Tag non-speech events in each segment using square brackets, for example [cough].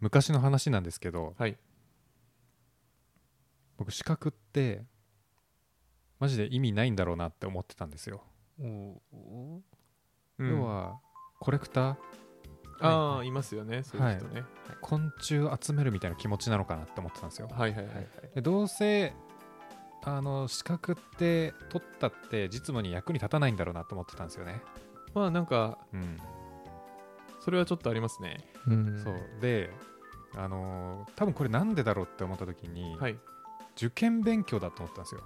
昔の話なんですけどはい僕資格ってマジで意味ないんだろうなって思ってたんですよ、おー要はコレクターああ、、はいますよねそういう人ね、昆虫集めるみたいな気持ちなのかなって思ってたんですよはい、はいはいはいでどうせあの資格って取ったって実務に役に立たないんだろうなと思ってたんですよねまあなんかうんそれはちょっとありますねうんそうであのー多分これなんでだろうって思った時に、はい受験勉強だと思ったんですよ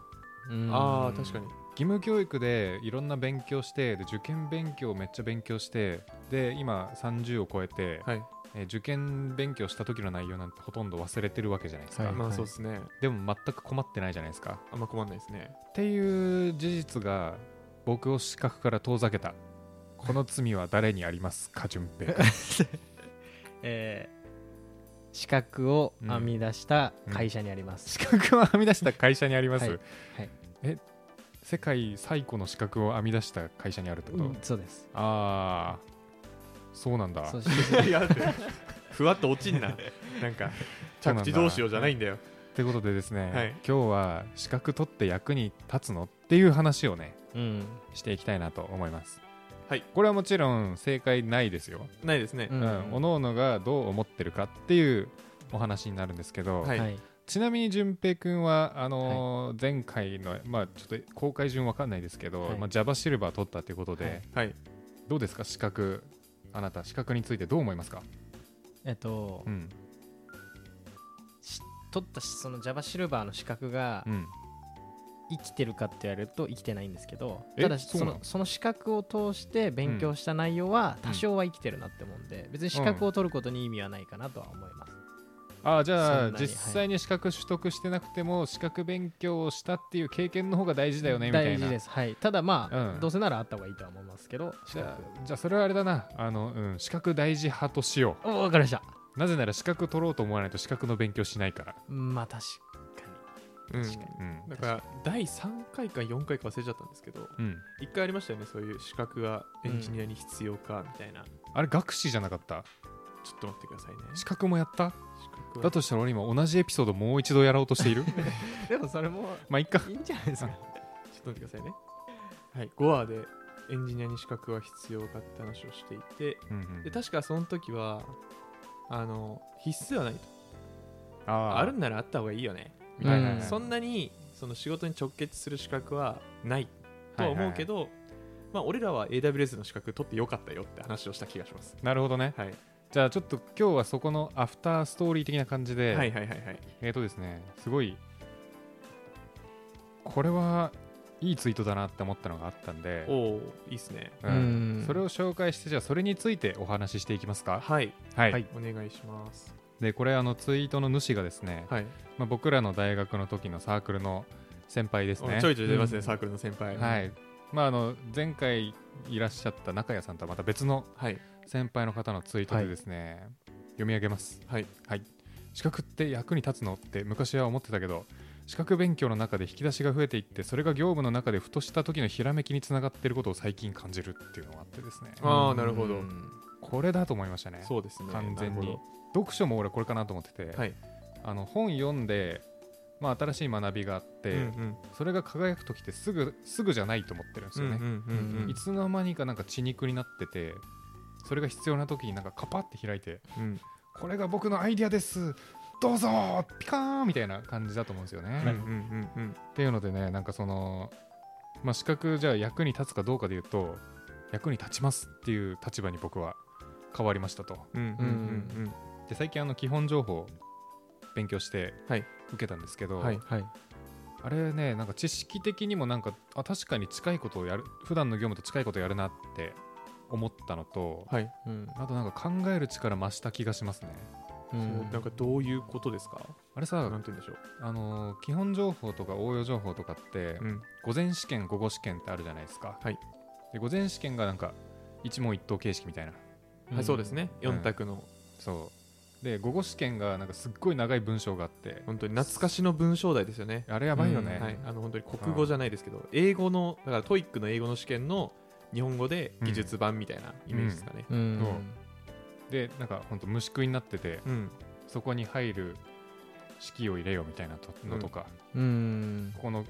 うんああ確かに義務教育でいろんな勉強してで受験勉強をめっちゃ勉強してで今30を超えて、はいえー受験勉強した時の内容なんてほとんど忘れてるわけじゃないですか、はいまあそうですねでも全く困ってないじゃないですかあんま困んないですねっていう事実が僕を資格から遠ざけたこの罪は誰にありますか淳平君えー資格を編み出した会社にあります、 [laughs] 資格を編み出した会社にあります、はいはいえ世界最古の資格を編み出した会社にあるってこと、うんそうですああそうなんだそそうう [laughs] [laughs] しいやだってふわっと落ちん [laughs] ななんかなん着だ地どうしようじゃないんだよってことでですね、はい今日は資格取って役に立つのっていう話をねうんしていきたいなと思いますはいこれはもちろん正解ないですよ、ないですねううんんおのおのがどう思ってるかっていうお話になるんですけど、ははいい、ちなみに淳平君はあのー前回の、まあ、ちょっと公開順わかんないですけど、はいまあ、Java シルバー取ったということで、はいはいどうですか資格あなた資格についてどう思いますか、えっと、うんし取ったしその Java シルバーの資格がうん、生きてるかって言われると生きてないんですけどえただそうそなののその資格を通して勉強した内容はうん多少は生きてるなって思うんで別に資格を取ることに意味はないかなとは思います、ああじゃそあんなに実際に資格取得してなくても資格勉強をしたっていう経験の方が大事だよねみたいな大事ですはいただまあ、うんどうせならあった方がいいとは思いますけど資じゃ格あじゃあそれはあれだなあの、うん、資格大事派としよお分かりましたうなぜなら資格取ろうと思わないと資格の勉強しないから、まあ確かうん確かうんだから第3回か4回か忘れちゃったんですけどうん、 1回ありましたよねそういう資格がエンジニアに必要かみたいな、ちょあれ学士じゃなかったっと待ってくださいね資格もやった資格はだとしたら俺今同じエピソードもう一度やろうと [laughs] しているにでもそれもまあいっかいいんじゃないですかちょっと待ってくださいね。はい、5話でエンジニアに資格は必要かって話をしていて、うんうんで確かその時は、あの必須ではないと。ああーるんならあった方がいいよね。うんはいはいはいそんなにその仕事に直結する資格はないとは思うけど、まあ、俺らは AWS の資格取ってよかったよって話をした気がします。なるほどねはい、じゃあちょっと今日はそこのアフターストーリー的な感じで、はいはいはいはい。えーとですねすごいこれはいいツイートだなって思ったのがあったんでお、お、いいっすね。うんうんそれを紹介してじゃあそれについてお話ししていきますかはい、はい、はいお願いします。でこれあのツイートの主がですね、はい、まあ、僕らの大学の時のサークルの先輩ですねおちょいちょい出ますね、うんサークルの先輩。はいまああの前回いらっしゃった中谷さんとはまた別のはい、先輩の方のツイートでですね、読み上げますはい、資格って役に立つのって昔は思ってたけど資格勉強の中で引き出しが増えていってそれが業務の中でふとした時のひらめきにつながっていることを最近感じるっていうのがあってですねあーなるほどうんこれだと思いましたねそうですね。完全なるに読書も俺これかなと思ってて、はいあの本読んで、まあ、新しい学びがあって、ほど。うんうんそれが輝く時ってすぐすぐじゃないと思ってるんですよね、うんうんうんうんいつの間にかなんか血肉になっててそれが必要な時になんかカパって開いてうんこれが僕のアイディアですどうぞピカーンみたいな感じだと思うんですよね、うんっうんうんうんていうのでねなんかそのまあ資格じゃあ役に立つかどうかで言うと役に立ちますっていう立場に僕は変わりましたとうんうんうんで最近あの基本情報勉強してはい受けたんですけうど、んはいはいあれねなんか知識的にもなんかあ確かに近いことをやる普段の業務と近いことをやるなって思ったのと、はいうんあとなんか考える力増した気がしますねうそうんなんかどういうことですかあれさなんて言うんでしょうあのー基本情報とか応用情報とかって、うん午前試験午後試験ってあるじゃないですか、はいで午前試験がなんか一問一答形式みたいなはいそうですねうん4択のそうで午後試験がなんかすっごい長い文章があって本当に懐かしの文章題ですよねあれやばいようね、んはいあの本当に国語じゃないですけど英語のだからトイックの英語の試験の日本語で技術版みたいなイメージですかねうんそうでなんかほんと虫食いになっててうんそこに入る式を入れよみたいなとのとか、うーんここの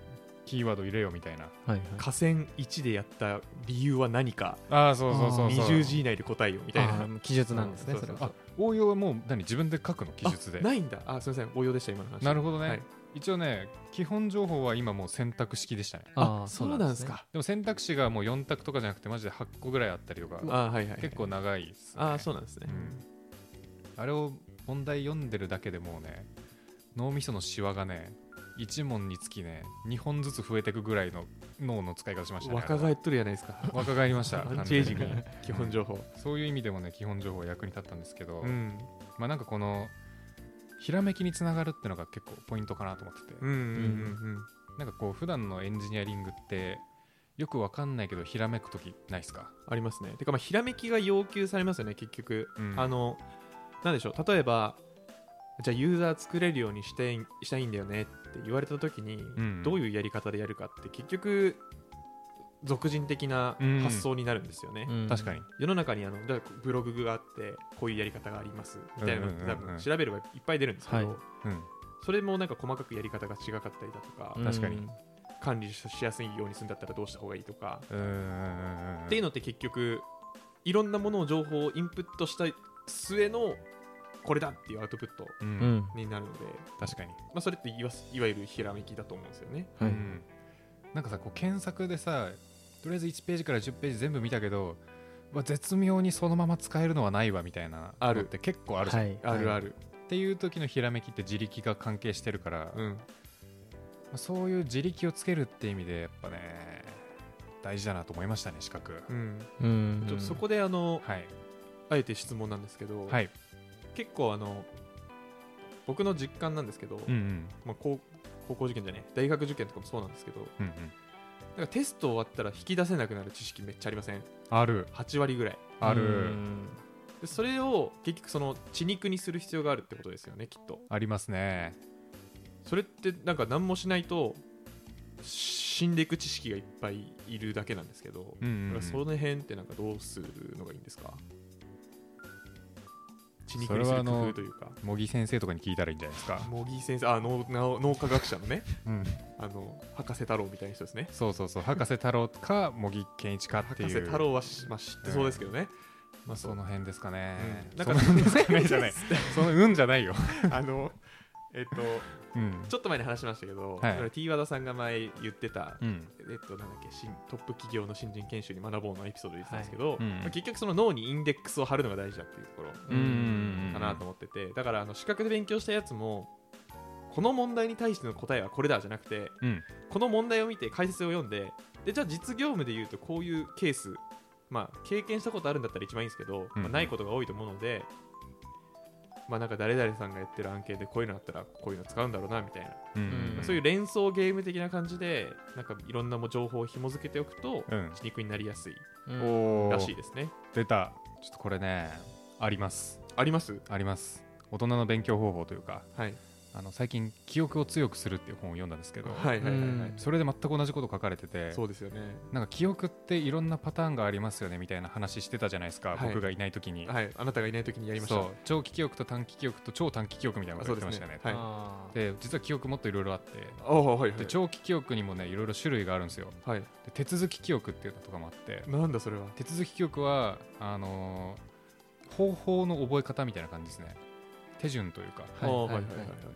キーワード入れよみたいなはいはい河川1でやった理由は何かああそうそうそうそう20字以内で答えよみたいなあー記述なんですねそうそうそあれ応用はもう何自分で書くの記述であないんだあすみません応用でした今の話なるほどね、はい一応ね基本情報は今もう選択式でしたねあそうなんですかでも選択肢がもう4択とかじゃなくてマジで8個ぐらいあったりとかあはいはいはい結構長いっす、ね、あーそうなんですねうんあれを問題読んでるだけでもうね脳みそのシワがね1問につきね2本ずつ増えていくぐらいの脳の使い方しましたね若返っとるやないです [laughs] か若返りましたアンチエイジング完全に基本情報そういう意味でもね基本情報は役に立ったんですけど、うんまあなんかこのひらめきにつながるってのが結構ポイントかなと思ってて、うんうんなんかこう普段のエンジニアリングってよくわかんないけどひらめく時ないですか、ありますねてかまあひらめきが要求されますよね結局うんあのなんでしょう例えばじゃあユーザー作れるようにしていしたいんだよねって言われた時にんどういうやり方でやるかって結局俗人的なうん発想になるんですよね、確かに、世の中にあのだからブログがあってこういうやり方がありますみたいなのっうんうてんうんう多ん分調べればいっぱい出るんですけど、はいうんそれもなんか細かくやり方が違かったりだとか、ん確かに管理しやすいようにするんだったらどうした方がいいとか、うーんっていうのって結局いろんなものを情報をインプットした末のこれだっていうアウトプットう、うんんになるので、確かに、まあ、それっていわすいわゆるひらめきだと思うんですよね。はういんなんかさこう検索でさとりあえず1ページから10ページ全部見たけどうわ絶妙にそのまま使えるのはないわみたいなあるのって結構あるじゃん、はいあるあるる、っていう時のひらめきって自力が関係してるから、まうんあそういう自力をつけるって意味でやっぱね大事だなと思いましたね資格、うん、うんちょっとそこであの、はいあえて質問なんですけど、はい結構あの僕の実感なんですけど、うんうんまあ、高高校受験じゃね大学受験とかもそうなんですけどうんうんなんかテスト終わったら引き出せなくなる知識めっちゃありませんある8割ぐらいある、うんでそれを結局その血肉にする必要があるってことですよねきっとありますねそれってなんか何もしないと死んでいく知識がいっぱいいるだけなんですけど、うんうんうんだからその辺ってなんかどうするのがいいんですか血肉それにすはるあの工夫というか茂木先生とかに聞いたらいいんじゃないですか、茂木先生あ脳脳脳科学者のねうん、あの博士太郎みたいな人ですねそうそうそう博士太郎か茂木健一かってい博う士太郎はし、まあ、知ってそうですけどね、まあその辺ですかね、うんななんんかかその辺ですかねじゃないそのうんじゃないよ、 [laughs] あのえっとうんちょっと前に話しましたけど、はいい、T 和田さんが前言ってた、うん、えっとなんだっけ新トップ企業の新人研修に学ぼうのエピソードで言ってたんですけど、いうんまあ結局その脳にインデックスを貼るのが大事だっていうところうんうんうんかなと思ってて、だからあの資格で勉強したやつもこの問題に対しての答えはこれだじゃなくてうんこの問題を見て解説を読んででじゃあ実業務で言うとこういうケース、まあ、経験したことあるんだったら一番いいんですけど、うんまあないことが多いと思うので、まあ、なんか誰々さんがやってる案件でこういうのあったらこういうの使うんだろうなみたいな、うんうんそういう連想ゲーム的な感じでなんかいろんなも情報を紐付けておくと、うん血肉になりやすいうんおーらしいですね。出たちょっとこれねありますありますあります大人の勉強方法というかはいあの最近「記憶を強くする」っていう本を読んだんですけど、はいはいはいはい、それで全く同じこと書かれててそうですよね。なんか記憶っていろんなパターンがありますよねみたいな話してたじゃないですか、はい僕がいない時に、はい、あなたがいないときにやりました。そう長期記憶と短期記憶と超短期記憶みたいなあことそ言うっでてすまねしたよねはい、ああーで実は記憶もっといろいろあってあ、はいはでい。長期記憶にもねいろいろ種類があるんですよはい、で手続き記憶っていうのとかもあってなんだそれは。手続き記憶はあのー方法の覚え方みたいな感じですね手順というかはいあーはいはい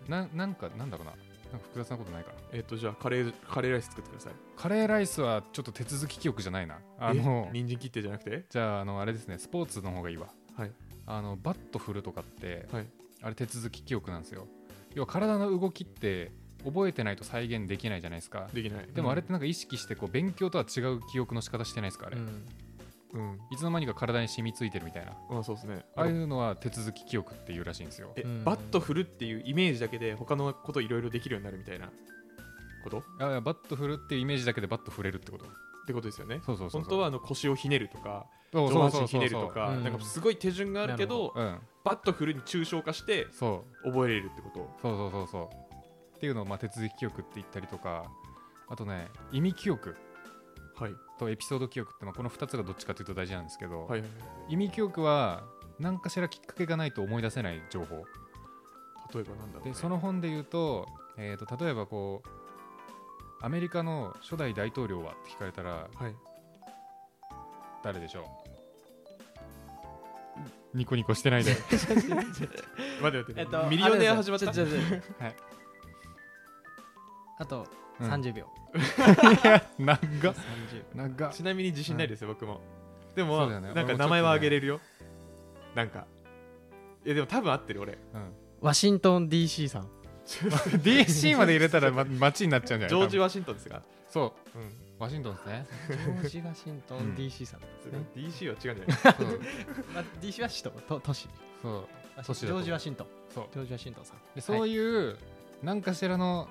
ななんかなんだろうななんか複雑なことないかなえっと、じゃあカレー、カレーライス作ってください。カレーライスはちょっと手続き記憶じゃないなあのえ人参切ってじゃなくてじゃああのあれですねスポーツの方がいいわはい。あのバット振るとかって、はいあれ手続き記憶なんですよ要は体の動きって覚えてないと再現できないじゃないですかできない。でもあれってなんか意識してこう勉強とは違う記憶の仕方してないですかあれ、うんうん。いつの間にか体に染みついてるみたいなまあそうですね。ああいうのは手続き記憶っていうらしいんですよえうん、バット振るっていうイメージだけで他のこといろいろできるようになるみたいなことっあバット振るっていうイメージだけでバット振れるってことてことですよね。そうそうそうそう本当はあの腰をひねるとか、そう上そう半そ身うひそうねるとか、うんなんかすごい手順があるけなるど、うんバット振るに抽象化してそう覚えれるってこと。そうそうそうそうっていうのをまあ手続き記憶って言ったりとかあとね意味記憶はい。とエピソード記憶って、まあ、この2つがどっちかというと大事なんですけど、はいはいはい。意味記憶は何かしらきっかけがないと思い出せない情報例えばなんだろう、ね、でその本で言うと,、えー、と例えばこうアメリカの初代大統領はって聞かれたらはい誰でしょうニコニコしてないで待って待って、えっとミリオネア始まったあれですよちょちょちょはいあとうん30秒、長っ30長っちなみに自信ないですよ、僕もでそも、うだよねな俺んかも名前は挙げれるよ、なんかいやでも多分合ってる俺うんワシントン DC さん DC まで入れたらま街になっちゃうんじゃないジョージ・はワシントンですが、そうんうワシントンです [laughs] ねジョージ・ワシントうんン DC さんですね、 DC は違うんじ [laughs] ゃないそうまあ、DC は市とと都市そうワシ都市だジとョ思ーうジ・ワシントンそうジョージ・ワシントンさんでそういう、何かしらの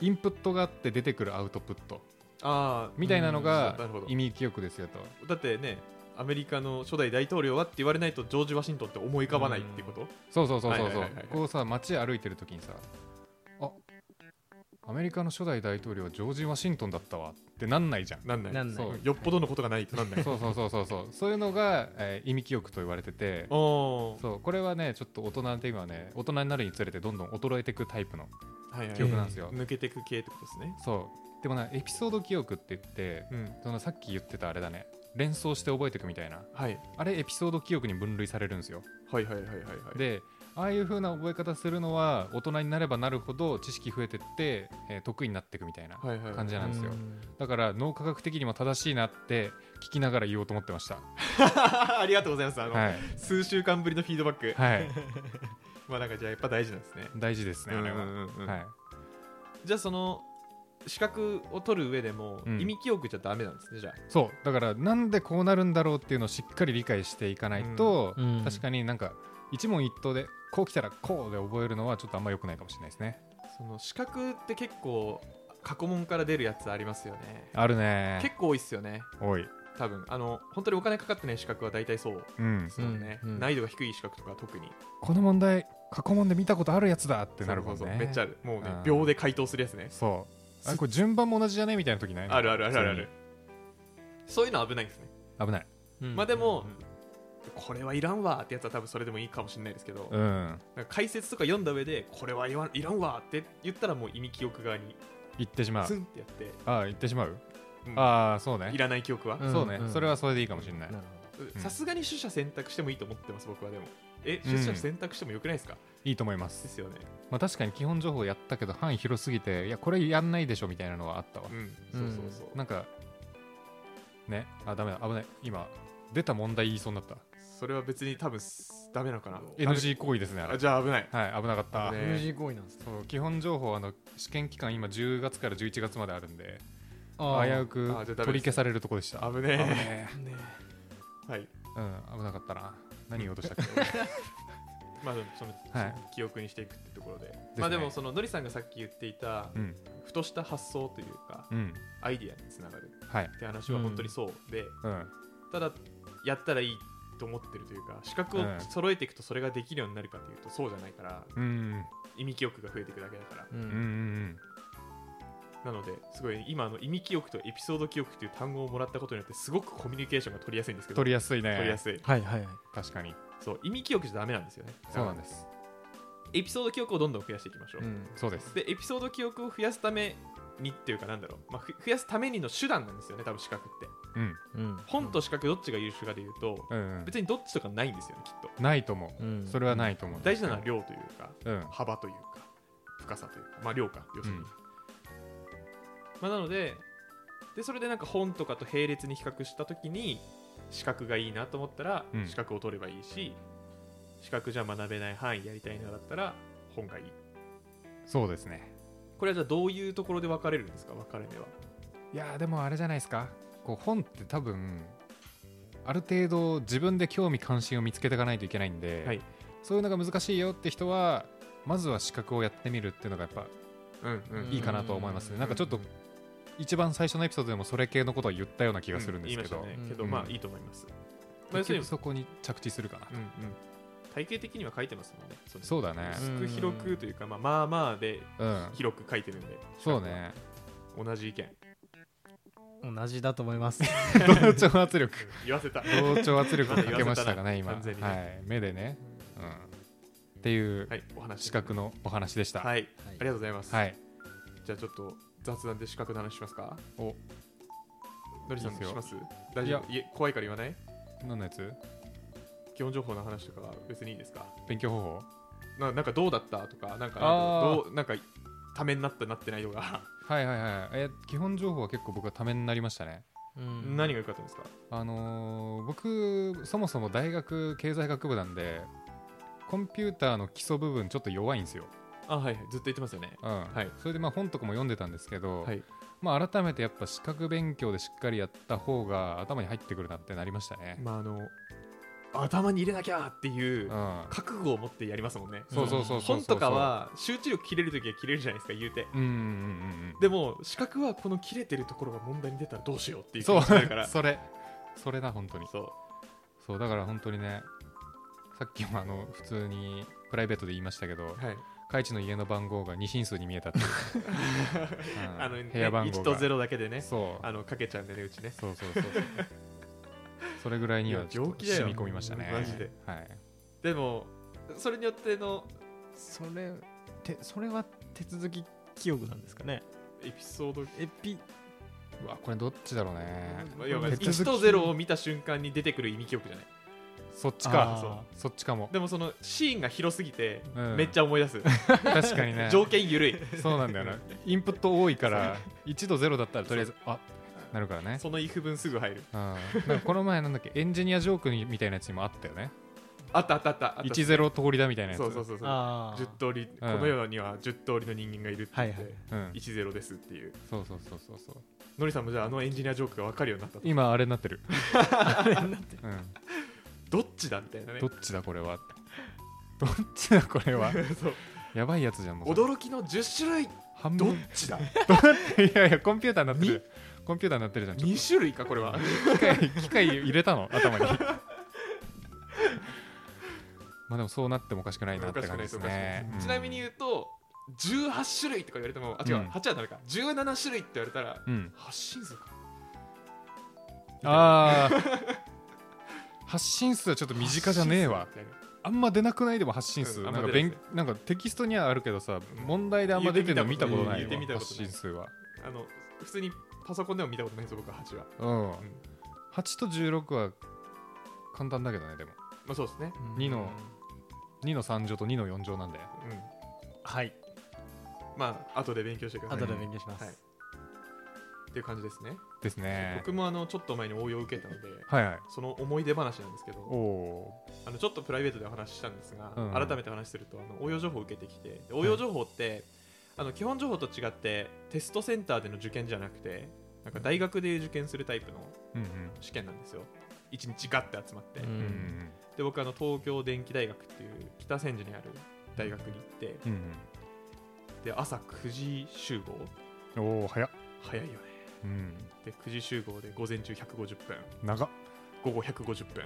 インプットがあって出てくるアウトプットああみたいなのうがんなるほど意味記憶ですよとだってねアメリカの初代大統領はって言われないとジョージ・ワシントンって思い浮かばないってことそうそうそうそうはいそはういはいはいこうさ街歩いてる時にさあアメリカの初代大統領はジョージ・ワシントンだったわってなんない [laughs] じゃんなんないなんないそうよっぽどのことがないとなんないそうそうそうそうそうそういうのが、えー意味記憶と言われてておおそうこれはねちょっと大人って今ね大人になるにつれてどんどん衰えていくタイプのはいはい記憶なんですよ、抜けてく系ってことですねそうでもなエピソード記憶って言ってうんそのさっき言ってたあれだね連想して覚えていくみたいなはいあれエピソード記憶に分類されるんですよ、はいはいはいはいはいでああいう風な覚え方するのは大人になればなるほど知識増えてって、えー得意になっていくみたいなはいはいはい感じなんですよ、うだから脳科学的にも正しいなって聞きながら言おうと思ってましたありがとうございますあの、はい、数週間ぶりのフィードバックはい、 [laughs] まあなんかじゃあやっぱ大事なんですね大事ですねあれは、うんうんうんうんはい、じゃあその資格を取る上でも、うん意味記憶じゃダメなんですねじゃあそうだからなんでこうなるんだろうっていうのをしっかり理解していかないと、うんうん確かになんか一問一答でこう来たらこうで覚えるのはちょっとあんま良くないかもしれないですねその資格って結構過去問から出るやつありますよねあるね結構多いっすよね多い多分あの本当にお金かかってない資格は大体そううんですよね、うんうん難易度が低い資格とか特にこの問題過去問で見たことあるやつだってなるもんそうそねうそうめっちゃあるもうねうん秒で回答するやつねそうあれこれ順番も同じじゃねみたいな時ないあるあるあるあるあるそういうのは危ないですね危ないうんまあでもうんうんこれはいらんわーってやつは多分それでもいいかもしれないですけど、うんなんか解説とか読んだ上でこれはいわんいらんわーって言ったらもう意味記憶側に行ってしまツうンってやって、ああ行ってしまううんああそういねらない記憶はうんそうねんそれはそれでいいかもしれなないるほうんさすがに取捨選択してもいいと思ってます僕はでもえうん取捨選択してもよくないですか、いいと思いまですすよねまあ確かに基本情報やったけど範囲広すぎていやこれやんないでしょみたいなのはあったわうんうそんうそうそう、なんかねあダメだ危ない今出た問題言いそうになったそれは別に多分ダメなのかな NG 行為ですねああれじゃあ危ないはい危なかった危どね NG 行為なんですねそう基本情報あの試験期間今10月から11月まであるんであ危ーうくあーじゃあダメです取り消されるとこでした危ねえねねはい、うん、危なかったな。何言おうとしたっけまあ、でもその、はい記憶にしていくってところで、ねまあでもそののりさんがさっき言っていた、 [laughs] うん、ふとした発想というかうん、アイディアにつながるはい。って話は本当にそうで、うん、ただやったらいいと思ってるというか資格をうん揃えていくとそれができるようになるかというとそうじゃないからうん、意味記憶が増えていくだけだからううん、うんん、なのですごい今あの意味記憶とエピソード記憶という単語をもらったことによってすごくコミュニケーションが取りやすいんですけど取りやすいね。取りやすいはいはいはい確かに。そう意味記憶じゃダメなんですよねそうなんだかです。らエピソード記憶をどんどん増やしていきましょう、うんそうです。でエピソード記憶を増やすためにっていうかなんだろう、まあ、ふ増やすためにの手段なんですよね多分資格ってうん、うん本と資格どっちが優秀かで言うと、うん、うん別にどっちとかないんですよねきっとないと思うう。んそれはないと思う。大事なのは量というかうん、幅というか深さというかまあ量か要するに、うんまあなのででそれでなんか本とかと並列に比較した時に資格がいいなと思ったらうん資格を取ればいいし、資格じゃ学べない範囲やりたいなだったら本がいいそうですね。これはじゃあどういうところで分かれるんですか分かれ目はいやー、でもあれじゃないですか。こう本って多分。ある程度自分で興味関心を見つけていかないといけないんで、はいそういうのが難しいよって人はまずは資格をやってみるっていうのがやっぱうんうんいいかなと思いますね、うんなんかちょっと一番最初のエピソードでもそれ系のことは言ったような気がするんですけど、言いましたねうんけど、うんまあいいと思います、まあ、要結する局に、そこに着地するかな、うんうん、体系的には書いてますもんねそのそうだね薄く広くというか、まあ、まあまあでうん広く書いてるんでそう [laughs] ね同じ意見同じだと思 [laughs] います同調圧力言わせた同調圧力をかけましたがまだね今言わせたな完全にねはい、目でね、うん、っていうはい、お話。資格のお話でした。。はいい、ありがとうございます。はい、じゃあちょっと雑談で資格の話しますかおのりさんいいしですよます大い丈や夫いえ怖いから言わない何のやつ基本情報の話とかは別にいいですか勉強方法ななんかどうだったとか、なんかあーどうなんかためになったなってないとか、はいはいはい。え基本情報は結構僕はためになりましたね。うん何が良かったんですかあのー僕そもそも大学経済学部なんでコンピューターの基礎部分ちょっと弱いんですよ。あ、はいはい、ずっと言ってますよね。うんはいそれでまあ本とかも読んでたんですけど、はいまあ、改めてやっぱ資格勉強でしっかりやった方が頭に入ってくるなってなりましたね。まあ、あの、頭に入れなきゃっていううん覚悟を持ってやりますもんね。そうそうそうそうそう本とかは集中力切れるときは切れるじゃないですか、言うて。うんうんうんうんでも、資格はこの切れてるところが問題に出たらどうしようっていう気そ持うちになるから。 [laughs] それそれだ本当にそうそうだから本当にねさっきもあの普通にプライベートで言いましたけどはい、カイチの家の番号が二進数に見えたっていう、うん [laughs] あの、ね、部屋番号1とが0だけでねそうあのかけちゃうんでねうちねそうそうそうそうそれぐらいにはいやちょっ病気とだよ染み込みましたねマジではい、でもそれによってのそれてそれは手続き記憶なんですかねエピソード、エピうわこれどっちだろうねまあ、要は手続き1と0を見た瞬間に出てくる意味記憶じゃないそっちあーかそっちかもでもそのシーンが広すぎて、うんめっちゃ思い出す確かに [laughs] [laughs] ね条件緩いそうなんだよなインプット多いから1度0だったらとりあえずあなるからねその if 分すぐ入るうん、なんかこの前なんだっけエンジニアジョークにみたいなやつにもあったよねあったあったあったあった10通りだみたいなやつそうそうそうそうあ10通り、この世には10通りの人間がいるって言って、はいはいうん10ですっていうそうそうそうそうそうのりさんもじゃああのエンジニアジョークが分かるようになったと今あれになってる、どっちだみたいなうん、ねどっちだこれは [laughs] どっちだこれは [laughs] そうやばいやつじゃんもうそれ驚きの10種類半どっ分ち [laughs] だいやいやコンピューターになってるコンピューターになってるじゃんちょっと2種類かこれは機械 [laughs] 機械入れたの頭 [laughs] にまあでもそうなってもおかしくないなって感じですねちなみに言うと18種類とか言われてもあ違う、うん8はダメか17種類って言われたらうん、うん、発信数かああ [laughs] 発信数はちょっと身近じゃねえわ発信数みたいなあんま出なくないでも発信数、うんあんなまんか出ない勉なんかテキストにはあるけどさ問題であんま出てるの見たことない言ってわみたこと発ない信数は、あの普通にパソコンでも見たことないんですよ、僕は8は。うん8と16は簡単だけどねでもまあそうですね。二の2の3乗と2の4乗なんでうん。はいまあ、後で勉強してください。後で勉強します、はいっていう感じですね。ですね僕もあのちょっと前に応用を受けたので、はいはいその思い出話なんですけおど、おあのちょっとプライベートでお話ししたんですが、うん改めてお話しすると、あの応用情報を受けてきて、で応用情報って、あの基本情報と違って、テストセンターでの受験じゃなくて、なんか大学で受験するタイプのーうんうん試験なんですよ。1日ガッて集まって。ううんんで僕あの東京電機大学っていう北千住にある大学に行ってうんで朝9時集合うんおお早っ早いよねうんで9時集合で午前中150分長っ午後150分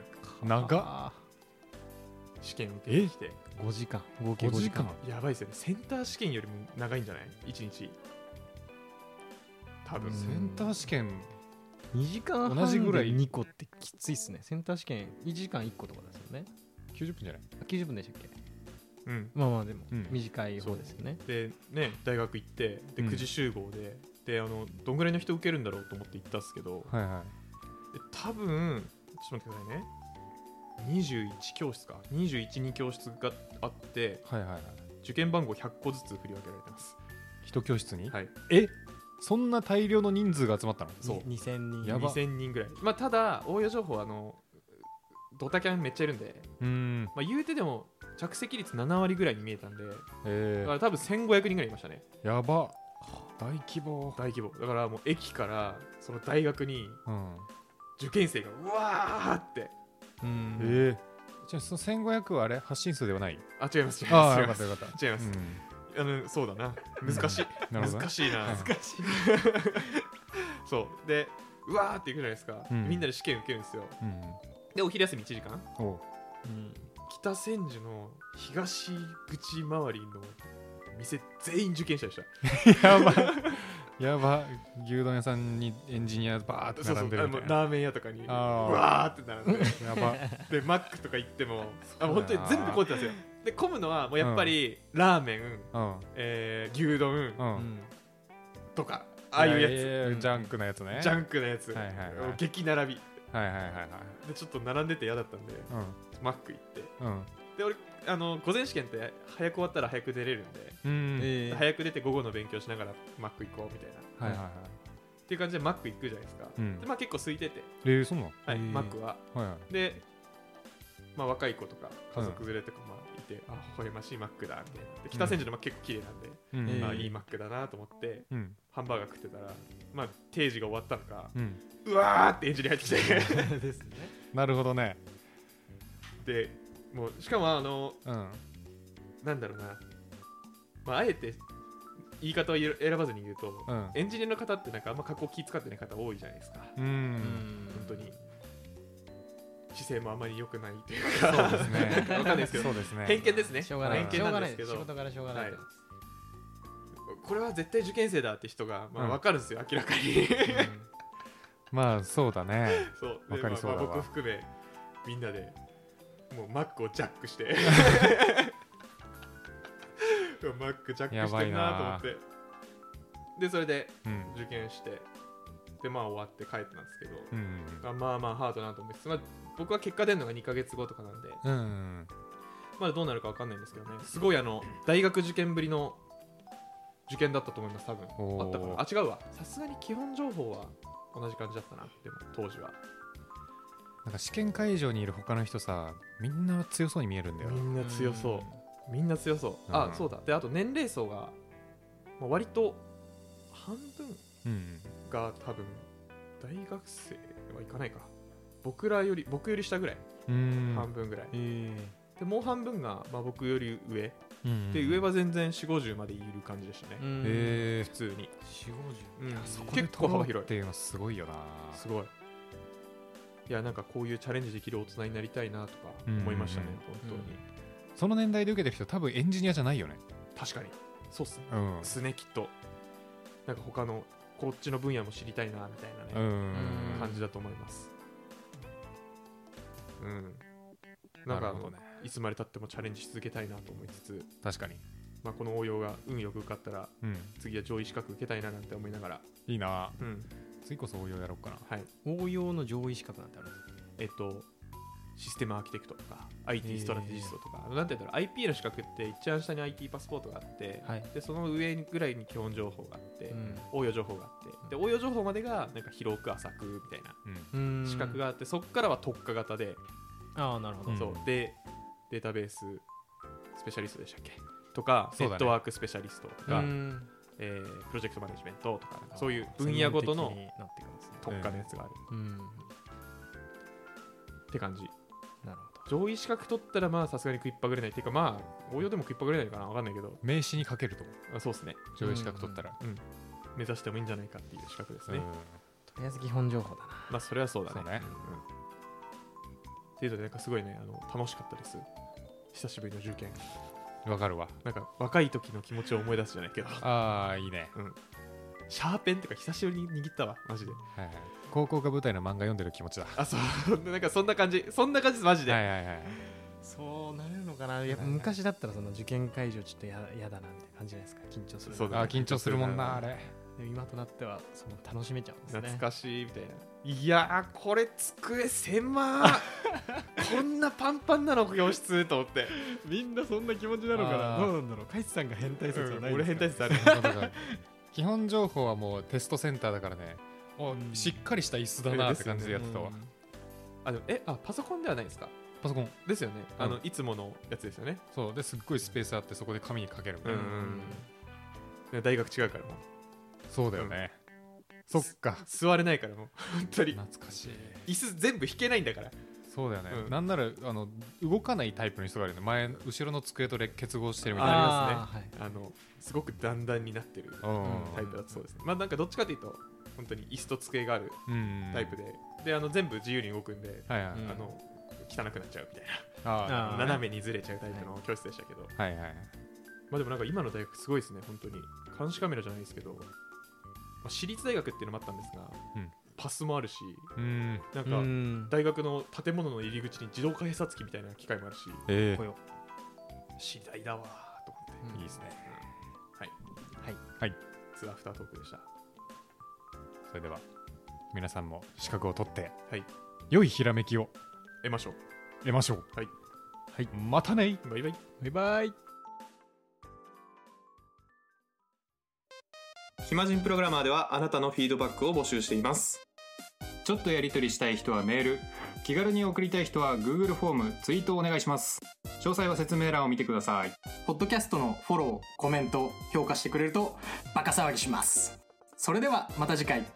長っあ試験受けてきてー5時間合計5 5時時間間やばいですよねセンター試験よりも長いんじゃない1日多分うんセンター試験2時間同じ半ぐらでい2個ってきついっすねセンター試験1時間1個とかですよね90分じゃないあ90分でしたっけうんまあまあでもうん短い方ですよねでね大学行ってうでん9時集合で、であのどんぐらいの人受けるんだろうと思って行ったんですけどはいはいで多分ちょっと待ってくださいね21教室か212教室があってはいはいはい受験番号100個ずつ振り分けられてます一教室に、はいえそんな大量の人数が集まったのそうに2000人やば2000人ぐらいまあただ応用情報はあのドタキャンめっちゃいるんで、うーんまあ、言うてでも着席率7割ぐらいに見えたんでえだーから多分1500人ぐらいいましたねやば大規模大規模だからもう駅からその大学にうん受験生がうわーってうんええじゃあその1500はあれ発信数ではないあ違います違います違よかっいまたすよかった違います、あのそうだな難しいなるほど難しいなはい難しい [laughs] そうでうわーっていくじゃないですか、うんみんなで試験受けるんですようんでお昼休み1時間おううん北千住の東口周りの店全員受験者でしたやばやば牛丼屋さんにエンジニアバーって並んでるみたそいうそうあのなラーメン屋とかにうあーわーって並んでやばでマックとか行ってもあそうだな本当に全部超えてたんですよで混むのはもうやっぱり、ラーメン、うんえー牛丼ううんんとか、ああいうやつ、やうんジャンクなやつねジャンクなやつ、はいはいはい激並びはいはいはいはいでちょっと並んでて嫌だったんでマック行ってうんうんで俺あの午前試験って早く終わったら早く出れるんで、うんえー早く出て午後の勉強しながらマック行こうみたいなはいはいはいっていう感じでマック行くじゃないですか、うんでまあ結構空いてて、えーそうなのはいへーマックははいはいで、まあ、若い子とか家族連れとかまあいて、あ微笑ましいマックだみたいなで北千住のマック結構綺麗なんで、うんえーまあ、いいマックだなと思ってうんハンバーガー食ってたらまあ定時が終わったのかうんうわーってエンジンに入ってきて [laughs] ですねなるほどねでもうしかもあのうんなんだろうな、まあ、あえて言い方を選選ばずに言うと、うんエンジニアの方ってなんかあんま格好気使ってない方多いじゃないですかううんん本当に姿勢もあまり良くないというそうかですねわかん [laughs] ないですけどそうですね偏見ですねしょうがない偏見なんですけしょうどがない仕事からしょうがないはいこれは絶対受験生だって人が、まあ、うん分かるんですよ、明らかにまあそうだねそうでわかりそうだわまあまあ僕含めみんなでもうマックをジャックして [laughs] マックジャックやしばているななと思ってでそれでうん受験してでまあ終わって帰ったんですけど、うんあまあまあハードだなと思ってまあ、僕は結果出るのが2ヶ月後とかなんでうんうんまだどうなるかわかんないんですけどねすごいあの大学受験ぶりの受験だったと思います多分おーあったかなあ違うわさすがに基本情報は同じ感じだったなでも当時はなんか試験会場にいる他の人さみんな強そうに見えるんだよみんな強そうみんな強そう、うあんそうだであと年齢層が、まあ、割と半分うんが多分大学生はいかないか僕らより僕より下ぐらい、うん半分ぐらいえーでもう半分が、まあ、僕より上うんで上は全然4 5 0までいる感じでしたね、うんえー普通に、四五十うんそこで結構幅通るっ広いていうのはすごいよなすごいいやなんかこういうチャレンジできる大人になりたいなとか思いましたね、うん本当に、その年代で受けてる人多分エンジニアじゃないよね確かにそうっすねうんすねきっとなんか他のこっちの分野も知りたいなみたいなね、うんうん感じだと思います。うん。ななんるか、ほどねいつまでたってもチャレンジし続けたいなと思いつつ、確かにまあ、この応用が運よく受かったら、うん次は上位資格受けたいななんて思いながら、いいなうん。次こそ応用やろうかなはい。応用の上位資格なんてあるんですかえっと、システムアーキテクトとか、へ IT ーストラテジストとか、あのなんて言うんだろう、IP の資格って一番下に IT パスポートがあって、はいでその上ぐらいに基本情報があって、うん応用情報があって、で応用情報までがなんか広く浅くみたいなうんうん資格があって、そこからは特化型で、ああなるほど、うんそうでデータベーススペシャリストでしたっけとか、そネうだねットワークスペシャリストとか、うんえープロジェクトマネジメントとかそういう分野ごとの専門的になってくるんですね特化のやつがあるうんって感じなるほど上位資格取ったらまあさすがに食いっぱぐれないっていうかまあ応用でも食いっぱぐれないかなわかんないけど名刺にかけると思あそうですねう上位資格取ったら目指してもいいんじゃないかっていう資格ですうね、んとりあえず基本情報だなまあそれはそうだねそうねうんっていうのでなんかすごいねあの楽しかったです久しぶりの受験わかるわなんか若い時の気持ちを思い出すじゃないけどああいいねシャーペンとか久しぶりに握ったわマジではいはい高校が舞台の漫画読んでる気持ちだあそう [laughs] なんかそんな感じそんな感じですマジで、はいはいはいそうなるのかなやっぱ昔だったらその受験会場ちょっとややだなみたいな感じじゃないですか緊張するそうだあー緊張するもんなあれでも今となってはその楽しめちゃうんですね懐かしいみたいないやーこれ机狭ー [laughs] こんなパンパンなの教室と思ってみんなそんな気持ちなのかなどうなんだろうカイツさんが変態うん俺変態説あるそうだから [laughs] 基本情報はもうテストセンターだからねおうんしっかりした椅子だなって感じでやってたわ、あでもえあパソコンではないですかパソコンですよねあの、ういつものやつですよねそうですっごいスペースあってそこで紙にかけるみたいな、うんで大学違うからもうそうだよね、そっか座れないからもう本当に懐かしい椅子全部引けないんだからそうだよね、うんなんならあの動かないタイプの人がいるね前後ろの机と結合してるみたいなありますねあのすごく段々になってるうんタイプだとそうですねまあなんかどっちかというと本当に椅子と机があるうんタイプで、であの全部自由に動くんで、はいはい、うんあの汚くなっちゃうみたいあな、あー斜めにずれちゃうタイプの教室でしたけど、ーはいはいまあでもなんか今の大学すごいですね本当に監視カメラじゃないですけど、まあ、私立大学っていうのもあったんですが、うんパスもあるしうんなんうかん大学の建物の入り口に自動改札機みたいな機械もあるしええこよ次第だわーと思って、ういんいですねはいはいツアーアフタートークでしたそれでは皆さんも資格を取って、はい良いひらめきを得ましょう得ましょうはい、はい、またねバイバイバイバイ暇人プログラマーではあなたのフィードバックを募集していますちょっとやり取りしたい人はメール気軽に送りたい人は Google フォームツイートお願いします詳細は説明欄を見てくださいポッドキャストのフォロー、コメント、評価してくれるとバカ騒ぎします。それではまた次回。